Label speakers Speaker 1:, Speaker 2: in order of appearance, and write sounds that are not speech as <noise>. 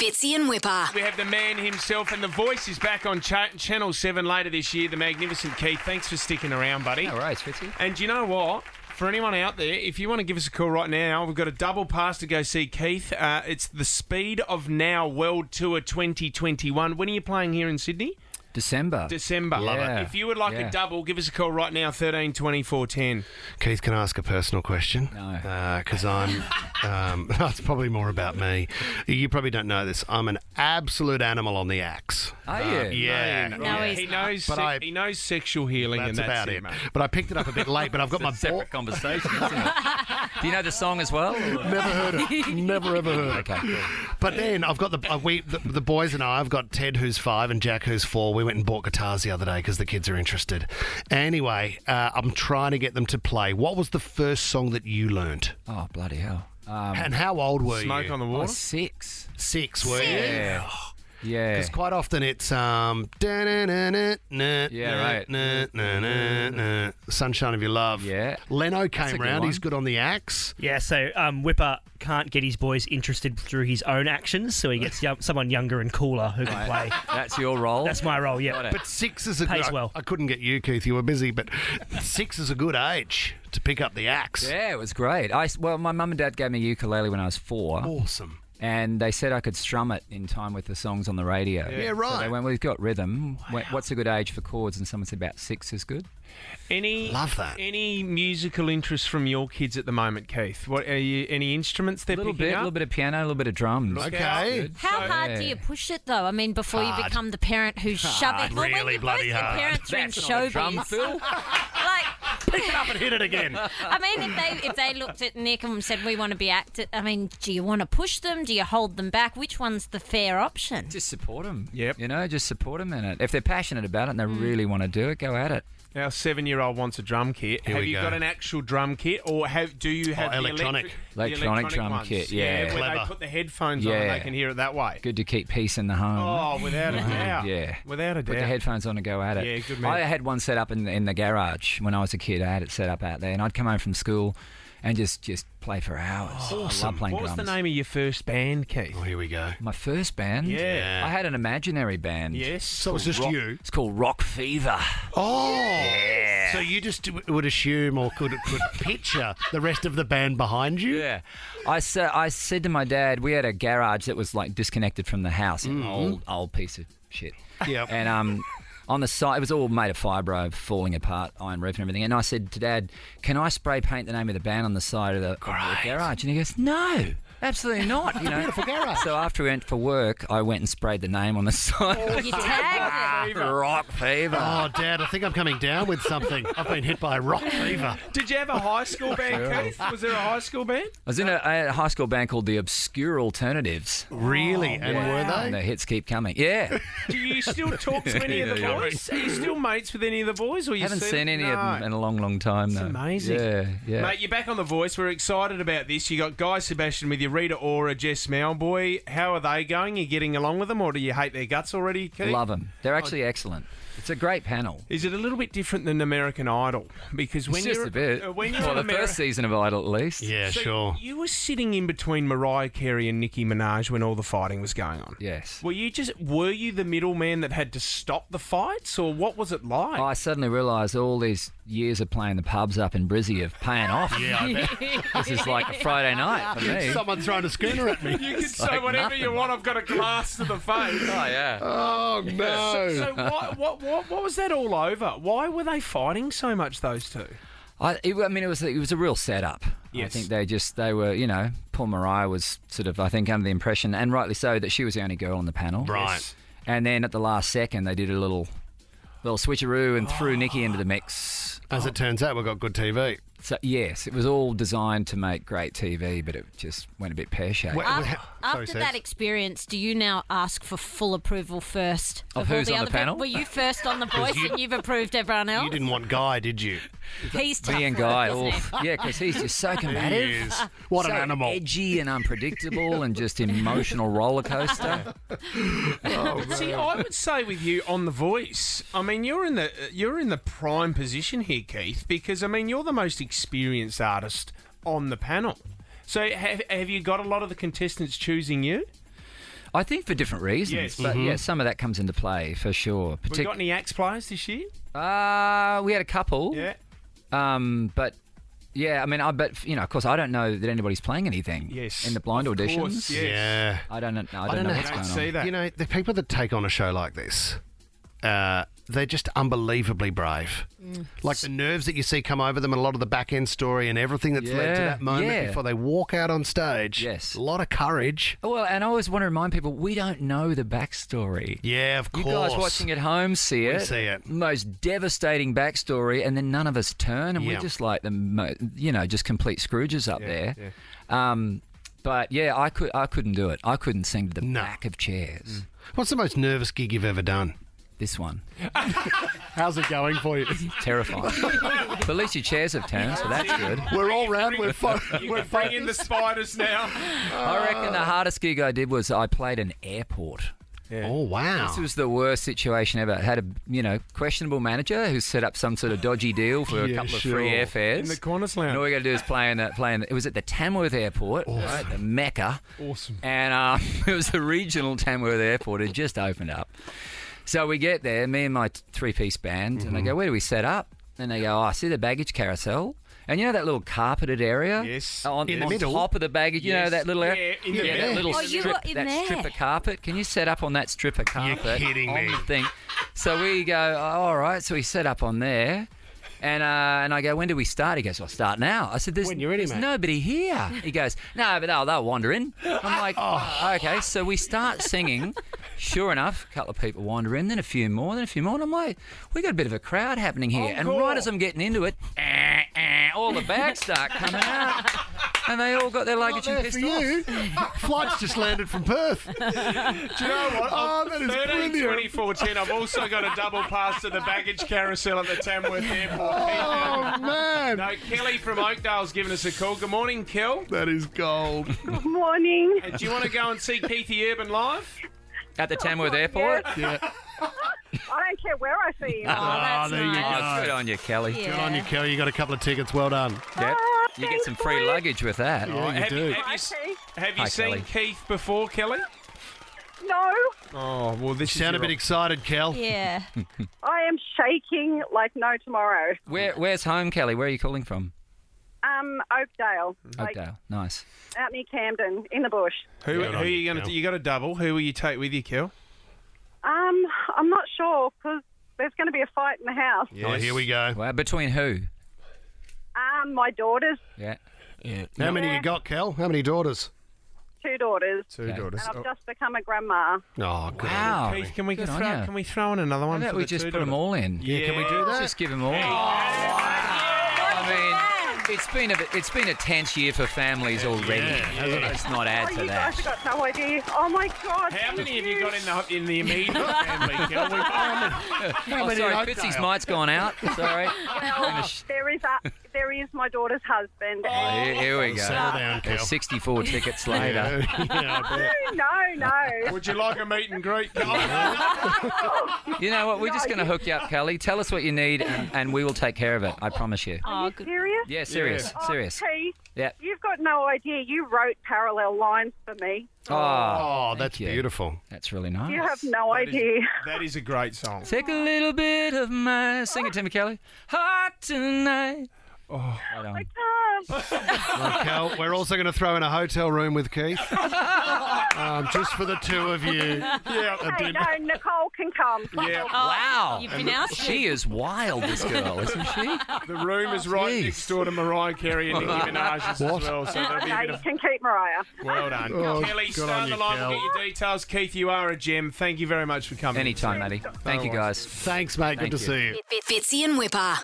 Speaker 1: Fitzy and Whipper.
Speaker 2: We have the man himself, and the voice is back on cha- Channel 7 later this year, the magnificent Keith. Thanks for sticking around, buddy.
Speaker 3: All right, Fitzy.
Speaker 2: And do you know what? For anyone out there, if you want to give us a call right now, we've got a double pass to go see Keith. Uh, it's the Speed of Now World Tour 2021. When are you playing here in Sydney?
Speaker 3: December.
Speaker 2: December.
Speaker 3: Love it. Yeah.
Speaker 2: If you would like
Speaker 3: Yeah.
Speaker 2: a double, give us a call right now, 13 20 410.
Speaker 4: Keith, can I ask a personal question? No. Because I'm. Um, <laughs> it's probably more about me. You probably don't know this. I'm an absolute animal on the axe.
Speaker 3: Are
Speaker 4: Um,
Speaker 3: you?
Speaker 4: yeah.
Speaker 2: No,
Speaker 4: yeah.
Speaker 2: he knows.
Speaker 4: But
Speaker 2: se-
Speaker 4: I-
Speaker 2: he knows sexual healing, and
Speaker 4: That's
Speaker 2: that's
Speaker 4: about
Speaker 2: it,
Speaker 4: it.
Speaker 2: mate.
Speaker 4: But I picked it up a bit late, but I've got my ball.
Speaker 3: Separate conversation. Isn't it? <laughs> Do you know the song as well?
Speaker 4: Never heard it. Never ever heard it.
Speaker 3: Okay, cool.
Speaker 4: But then I've got the uh, we the, the boys and I. I've got Ted who's five and Jack who's four. We went and bought guitars the other day because the kids are interested. Anyway, uh, I'm trying to get them to play. What was the first song that you learnt?
Speaker 3: Oh bloody hell! Um,
Speaker 4: And how old were you?
Speaker 2: Smoke on the
Speaker 3: I
Speaker 2: water.
Speaker 3: was six.
Speaker 4: Six, were you?
Speaker 3: Yeah. Yeah.
Speaker 4: Because quite often it's um,
Speaker 3: Yeah,
Speaker 4: yeah,
Speaker 3: right.
Speaker 4: Sunshine of Your Love.
Speaker 3: Yeah.
Speaker 4: Leno
Speaker 3: a
Speaker 4: came
Speaker 3: good
Speaker 4: round.
Speaker 3: one.
Speaker 4: He's good on the axe.
Speaker 5: Yeah, so um, Whipper can't get his boys interested through his own actions, so
Speaker 3: <laughs>
Speaker 5: he gets young, someone younger and cooler who can play.
Speaker 3: That's your role.
Speaker 5: That's my role, yeah.
Speaker 3: Got it.
Speaker 4: But six is a
Speaker 5: Pays
Speaker 4: good.
Speaker 5: well.
Speaker 4: I, I couldn't get you, Keith. You were busy, but six is a good age to pick up the axe.
Speaker 3: yeah, it was great. I s- well, my mum and dad gave me a ukulele when I was four,
Speaker 4: Awesome.
Speaker 3: and they said I could strum it in time with the songs on the radio.
Speaker 4: Yeah,
Speaker 3: So they
Speaker 4: right.
Speaker 3: went, well, you've got rhythm. Wh- What's a good age for chords? And someone said about six is good.
Speaker 2: Any
Speaker 4: Love that.
Speaker 2: Any musical interest from your kids at the moment, Keith? What are you? Any instruments they're
Speaker 3: A little
Speaker 2: picking
Speaker 3: bit, a
Speaker 2: up?
Speaker 3: little bit of piano, a little bit of drums.
Speaker 4: okay.
Speaker 6: How hard do
Speaker 3: Yeah.
Speaker 6: you push it though? I mean, before you
Speaker 4: Hard.
Speaker 6: become the parent who's shoving. Well, when
Speaker 4: really
Speaker 6: you
Speaker 4: bloody
Speaker 6: both your
Speaker 4: hard.
Speaker 6: parents are in
Speaker 3: That's not a drum,
Speaker 6: showbiz.
Speaker 3: Phil.
Speaker 6: <laughs> Like,
Speaker 4: Up and hit it again.
Speaker 6: I mean, if they if they looked at Nick and said, "We want to be acted," I mean, do you want to push them? Do you hold them back? Which one's the fair option?
Speaker 3: Just support them.
Speaker 2: Yep.
Speaker 3: You know, just support them in it. If they're passionate about it and they really want to do it, go at it.
Speaker 2: Our seven-year-old wants a drum kit.
Speaker 4: Here
Speaker 2: have
Speaker 4: we
Speaker 2: you
Speaker 4: go. Oh,
Speaker 2: got an actual drum kit, or have do you have the
Speaker 4: electronic.
Speaker 2: electric- the
Speaker 3: Electronic drum
Speaker 2: ones?
Speaker 3: kit, yeah.
Speaker 2: where they
Speaker 4: Clever.
Speaker 2: put the headphones on and
Speaker 3: Yeah.
Speaker 2: they can hear it that way.
Speaker 3: Good to keep peace in the home.
Speaker 2: Oh, without a doubt.
Speaker 3: Yeah.
Speaker 2: without a
Speaker 3: Put
Speaker 2: doubt.
Speaker 3: the headphones on and go at it.
Speaker 2: Yeah, good man.
Speaker 3: I had one set up in, in the garage when I was a kid. I had it set up out there, and I'd come home from school and just just play for hours. I love playing
Speaker 2: Oh, What was
Speaker 3: drums.
Speaker 2: the name of your first band, Keith?
Speaker 4: Oh, here we go.
Speaker 3: My first band.
Speaker 2: Yeah.
Speaker 3: I had an imaginary band.
Speaker 2: Yes.
Speaker 4: So it's just you.
Speaker 3: It's called Rock Fever.
Speaker 4: Oh. So you just w- would assume or could, could picture the rest of the band behind you?
Speaker 3: Yeah. I said I said to my dad, we had a garage that was like disconnected from the house, an old old piece of shit.
Speaker 4: Yep.
Speaker 3: And um on the side, it was all made of fibro, falling apart, iron roof and everything. And I said to Dad, "Can I spray paint the name of the band on the side of the, of the garage?" And he goes, "No, absolutely not." You know, beautiful garage. So after we went for work, I went and sprayed the name on the <laughs> side. of
Speaker 6: You tag them.
Speaker 3: the Rock Oh, fever.
Speaker 4: Oh, Dad, I think I'm coming down with something. I've been hit by a rock fever.
Speaker 2: Did you have a high school band, Keith? Was there a high school band?
Speaker 3: I was in a, I had a high school band called the Obscure Alternatives.
Speaker 4: Really? and were
Speaker 3: And
Speaker 4: they?
Speaker 3: the hits keep coming. Yeah.
Speaker 2: Do you
Speaker 3: <laughs>
Speaker 2: still talk to any of the
Speaker 3: Yeah, yeah.
Speaker 2: boys? Are you still mates with any of the boys? Or you
Speaker 3: haven't
Speaker 2: see
Speaker 3: seen any of
Speaker 2: No.
Speaker 3: them in a long, long time. It's
Speaker 2: amazing.
Speaker 3: Yeah, yeah.
Speaker 2: Mate, you're back on The Voice. We're excited about this. You got Guy Sebastian with you, Rita Ora, Jess Malboy. How are they going? You getting along with them, or do you hate their guts already? Keith?
Speaker 3: Love them. They're
Speaker 2: Oh.
Speaker 3: actually excellent. It's a great panel.
Speaker 2: Is it a little bit different than American Idol? Because when
Speaker 3: it's just
Speaker 2: you're
Speaker 3: a bit.
Speaker 2: uh, when you're on
Speaker 3: well, the
Speaker 2: Ameri-
Speaker 3: first season of Idol, at least.
Speaker 4: Yeah,
Speaker 2: So
Speaker 4: sure.
Speaker 2: You were sitting in between Mariah Carey and Nicki Minaj when all the fighting was going on.
Speaker 3: Yes.
Speaker 2: Were you just were you the middleman that had to stop the fights, or what was it like?
Speaker 3: I suddenly realised all these years of playing the pubs up in Brizzy of paying off.
Speaker 4: Yeah, I bet.
Speaker 3: This is like a Friday night for me.
Speaker 4: <laughs> Someone throwing a schooner at me.
Speaker 2: you can say
Speaker 3: like
Speaker 2: whatever you
Speaker 3: nothing.
Speaker 2: want. I've got a glass to the face.
Speaker 3: Oh, yeah.
Speaker 4: Oh, no.
Speaker 2: So what, what, what, what was that all over? Why were they fighting so much, those two?
Speaker 3: I, it, I mean, it was it was a real setup. I
Speaker 2: Yes.
Speaker 3: think they just they were you know poor Mariah was sort of I think under the impression and rightly so that she was the only girl on the panel.
Speaker 4: Right.
Speaker 3: And then at the last second they did a little little switcheroo and threw Nikki into the mix.
Speaker 4: As it turns out, we've got good TV.
Speaker 3: So yes, it was all designed to make great TV, but it just went a bit pear shaped.
Speaker 4: Wait,
Speaker 6: After,
Speaker 4: wait,
Speaker 6: after
Speaker 4: Saz.
Speaker 6: that experience, do you now ask for full approval first
Speaker 3: Of
Speaker 6: all
Speaker 3: who's
Speaker 6: the
Speaker 3: on the
Speaker 6: other people?
Speaker 3: panel?
Speaker 6: Were you first on the
Speaker 3: <laughs>
Speaker 6: voice and you've approved everyone else?
Speaker 4: You didn't want Guy, did you?
Speaker 6: He's tough
Speaker 3: Me and
Speaker 6: luck,
Speaker 3: Guy,
Speaker 6: isn't he?
Speaker 3: oof. yeah, because he's just so combative.
Speaker 4: is.
Speaker 3: <laughs>
Speaker 4: What an
Speaker 3: so
Speaker 4: animal.
Speaker 3: Edgy and unpredictable and just emotional roller coaster.
Speaker 2: See, I would say with you on the voice. I mean, you're in the you're in the prime position here, Keith, because I mean, you're the most experienced artist on the panel. So, have, have you got a lot of the contestants choosing you?
Speaker 3: I think for different reasons,
Speaker 2: Yes.
Speaker 3: but yeah, some of that comes into play for sure.
Speaker 2: We
Speaker 3: Partic-
Speaker 2: got any axe players this year?
Speaker 3: uh, we had a couple.
Speaker 2: Yeah.
Speaker 3: Um, but yeah, I mean, I but you know, of course, I don't know that anybody's playing anything.
Speaker 2: Yes.
Speaker 3: In the blind
Speaker 2: Of
Speaker 3: auditions.
Speaker 2: course, yes.
Speaker 4: Yeah.
Speaker 3: I don't know. I don't,
Speaker 4: don't
Speaker 3: know,
Speaker 4: know
Speaker 3: what's
Speaker 4: how
Speaker 2: I don't
Speaker 3: going on.
Speaker 2: see that.
Speaker 4: You know, the people that take on a show like this, uh, they're just unbelievably brave.
Speaker 3: Mm.
Speaker 4: Like the nerves that you see come over them, and a lot of the back end story and everything that's led to
Speaker 3: Yeah,
Speaker 4: that moment
Speaker 3: yeah.
Speaker 4: before they walk out on stage.
Speaker 3: Yes.
Speaker 4: a lot of courage.
Speaker 3: Well, and I always want to remind people we don't know the backstory.
Speaker 4: Yeah, of
Speaker 3: You
Speaker 4: course.
Speaker 3: guys watching at home see
Speaker 4: We
Speaker 3: it.
Speaker 4: see it.
Speaker 3: Most devastating backstory, and then none of us turn, and
Speaker 4: Yeah.
Speaker 3: we're just like the, mo- you know, just complete Scrooges up there. Um, but yeah, I could, I couldn't do it. I couldn't sing to the
Speaker 4: No. Mm.
Speaker 3: back of chairs.
Speaker 4: What's the most nervous gig you've ever done?
Speaker 3: This one,
Speaker 4: How's it going for you?
Speaker 3: terrifying. but at least your chairs have turned, so
Speaker 4: <laughs>
Speaker 3: that's good.
Speaker 4: We're all round. We're fo- we're
Speaker 2: Bring in the spiders now.
Speaker 3: I reckon the hardest gig I did was I played an airport.
Speaker 4: Oh wow!
Speaker 3: This was the worst situation ever. I had a you know questionable manager who set up some sort of dodgy deal for a
Speaker 4: Yeah,
Speaker 3: couple
Speaker 4: sure.
Speaker 3: of free airfares.
Speaker 2: In the Qantas
Speaker 3: And all
Speaker 2: lounge.
Speaker 3: we got to do is play in that. Play in the, it was at the Tamworth Airport, right, the Mecca.
Speaker 2: Awesome.
Speaker 3: And um, <laughs> it was the regional Tamworth Airport. It just opened up. So we get there, me and my three piece band, and I
Speaker 2: Mm-hmm.
Speaker 3: go, Where do we set up? And they go, Oh, I see the baggage carousel. And you know that little carpeted area?
Speaker 2: Yes.
Speaker 3: On,
Speaker 4: In the
Speaker 3: on
Speaker 4: middle.
Speaker 3: top of the baggage, you know
Speaker 2: Yes.
Speaker 3: that little area?
Speaker 2: Yeah, in the middle.
Speaker 3: that little
Speaker 6: Oh, you
Speaker 3: strip,
Speaker 6: were in
Speaker 3: that
Speaker 6: there.
Speaker 3: strip of carpet. Can you set up on that strip of carpet?
Speaker 4: kidding
Speaker 3: on
Speaker 4: me.
Speaker 3: The thing? So we go, "Oh, All right. So we set up on there. And, uh, and I go, when do we start? He goes, well, start now. I said, there's,
Speaker 4: When you're ready,
Speaker 3: there's
Speaker 4: mate.
Speaker 3: nobody here. He goes, no, but they'll, they'll wander in. I'm like, oh, okay. So we start singing. Sure enough, a couple of people wander in, then a few more, then a few more. And I'm like, we got a bit of a crowd happening here.
Speaker 4: Oh,
Speaker 3: and right as I'm getting into it, eh, eh, all the bags start coming out. And they all got their luggage and
Speaker 4: there for
Speaker 3: pissed off.
Speaker 4: you. Flights just landed from Perth.
Speaker 2: <laughs> Do you know what?
Speaker 4: Oh, that is
Speaker 2: 13,
Speaker 4: brilliant.
Speaker 2: 24, 10. I've also got a double pass to the baggage carousel at the Tamworth Airport.
Speaker 4: Oh man,
Speaker 2: No, Kelly from Oakdale's given us a call. Good morning, Kel.
Speaker 4: that is gold.
Speaker 1: Morning.
Speaker 2: Uh, Do you want to go and see Keithy Urban live?
Speaker 3: At the Tamworth Airport.
Speaker 4: Yeah.
Speaker 1: I don't care where I
Speaker 3: <laughs>
Speaker 1: see you.
Speaker 6: Oh, that's
Speaker 4: there you
Speaker 6: nice.
Speaker 3: Oh, good on you, Kelly.
Speaker 6: Yeah.
Speaker 4: Good on you, Kelly. You got a couple of tickets. Well done.
Speaker 3: Yep.
Speaker 1: Oh,
Speaker 3: You get some
Speaker 1: thanks,
Speaker 3: free
Speaker 1: boys.
Speaker 3: luggage with that.
Speaker 4: Oh, you
Speaker 2: have
Speaker 4: do.
Speaker 2: you, have you, s-
Speaker 1: Hi, Keith.
Speaker 2: have you
Speaker 3: Hi,
Speaker 2: seen
Speaker 3: Kelly.
Speaker 2: Keith before, Kelly?
Speaker 1: No,
Speaker 2: Oh, well, this
Speaker 4: Sound a bit excited, Kel.
Speaker 6: Yeah.
Speaker 1: I am shaking like no tomorrow.
Speaker 3: Where, where's home, Kelly? Where are you calling from?
Speaker 1: Um, Oakdale, like
Speaker 3: Oakdale. Nice.
Speaker 1: out near Camden, in the bush.
Speaker 2: Who,
Speaker 4: Good
Speaker 2: who
Speaker 4: on
Speaker 2: are
Speaker 4: you,
Speaker 2: you going
Speaker 4: Kel.
Speaker 2: to... you got a double. Who will you take with you, Kel?
Speaker 1: Um, I'm not sure because there's going to be a fight in the house.
Speaker 4: Oh, here we go.
Speaker 3: Well, between who?
Speaker 1: Um, my daughters,
Speaker 3: Yeah.
Speaker 4: How many you got, Kel? How many daughters?
Speaker 1: two daughters,
Speaker 2: Two daughters.
Speaker 3: oh.
Speaker 1: and I've just become a grandma.
Speaker 4: Oh, good.
Speaker 3: Wow.
Speaker 2: Keith, can we,
Speaker 3: Good
Speaker 2: throw,
Speaker 3: on ya.
Speaker 2: can we throw in another
Speaker 3: Why
Speaker 2: one?
Speaker 3: don't
Speaker 2: for
Speaker 3: we
Speaker 2: the
Speaker 3: just
Speaker 2: two
Speaker 3: put them
Speaker 2: daughters?
Speaker 3: all in?
Speaker 4: Yeah, can we do that?
Speaker 3: Just give them all. I mean, it's been a bit- it's been a tense year for families already. Let's not add
Speaker 1: oh,
Speaker 3: to
Speaker 1: you guys have
Speaker 3: that.
Speaker 1: got no idea. Oh my god!
Speaker 2: How
Speaker 1: thank
Speaker 2: many have you got in the, in the immediate
Speaker 3: <laughs>
Speaker 2: family,
Speaker 4: <laughs>
Speaker 2: Kel? We've
Speaker 3: Oh,
Speaker 4: many
Speaker 3: sorry,
Speaker 4: in
Speaker 3: Fitzy's
Speaker 4: Oakdale?
Speaker 3: might's gone out. Sorry.
Speaker 1: <laughs> There is a, there is my daughter's husband.
Speaker 3: Oh, here, here we
Speaker 4: Settle
Speaker 3: go.
Speaker 4: down,
Speaker 3: Well,
Speaker 4: Kel.
Speaker 3: 64 tickets later.
Speaker 4: Yeah, yeah, I bet.
Speaker 1: No, no.
Speaker 2: Would you like a meet and greet? Kel?
Speaker 3: You know what? We're just going to hook you
Speaker 1: <laughs>
Speaker 3: up, Kelly. Tell us what you need, and, and we will take care of it. I promise you.
Speaker 6: Oh, good.
Speaker 1: Serious?
Speaker 3: Yeah, serious,
Speaker 1: Oh,
Speaker 3: serious.
Speaker 1: Keith,
Speaker 3: Yeah.
Speaker 1: You've got no idea. You wrote parallel lines for me.
Speaker 3: Oh,
Speaker 4: <laughs> Oh, that's
Speaker 3: you.
Speaker 4: beautiful.
Speaker 3: that's really nice.
Speaker 1: You have no idea.
Speaker 2: Oh,
Speaker 1: <laughs>
Speaker 2: that is a great song.
Speaker 3: <laughs> Take a little bit of my sing it, Timmy Kelly. Hot tonight. Oh, right on.
Speaker 1: Ah,
Speaker 2: <laughs>
Speaker 4: Well, Kel, we're also going to throw in a hotel room with
Speaker 1: <laughs>
Speaker 4: Keith, um, just for the two of you.
Speaker 2: Yeah.
Speaker 1: hey, no, Nicole can come.
Speaker 2: Yeah,
Speaker 3: Wow.
Speaker 6: You've been out.
Speaker 3: She is wild, this girl, isn't she?
Speaker 2: the room is right
Speaker 3: Jeez.
Speaker 2: next door to Mariah Carey and Nicki
Speaker 3: <laughs>
Speaker 2: Minaj's as
Speaker 4: What?
Speaker 2: well, so there'll be a
Speaker 1: No,
Speaker 2: bit
Speaker 1: you
Speaker 2: of
Speaker 1: can keep Mariah.
Speaker 2: <laughs> well done.
Speaker 4: Oh,
Speaker 2: Kelly,
Speaker 4: good
Speaker 2: start
Speaker 4: on
Speaker 2: the
Speaker 4: you,
Speaker 2: line. We'll
Speaker 4: Kel.
Speaker 2: get your details. Keith, you are a gem. Thank you very much for coming.
Speaker 3: Anytime, Maddie. Thank you, guys.
Speaker 4: Thanks, mate.
Speaker 3: Thank
Speaker 4: Good to
Speaker 3: you.
Speaker 4: see you.
Speaker 7: Fitzy and Whipper.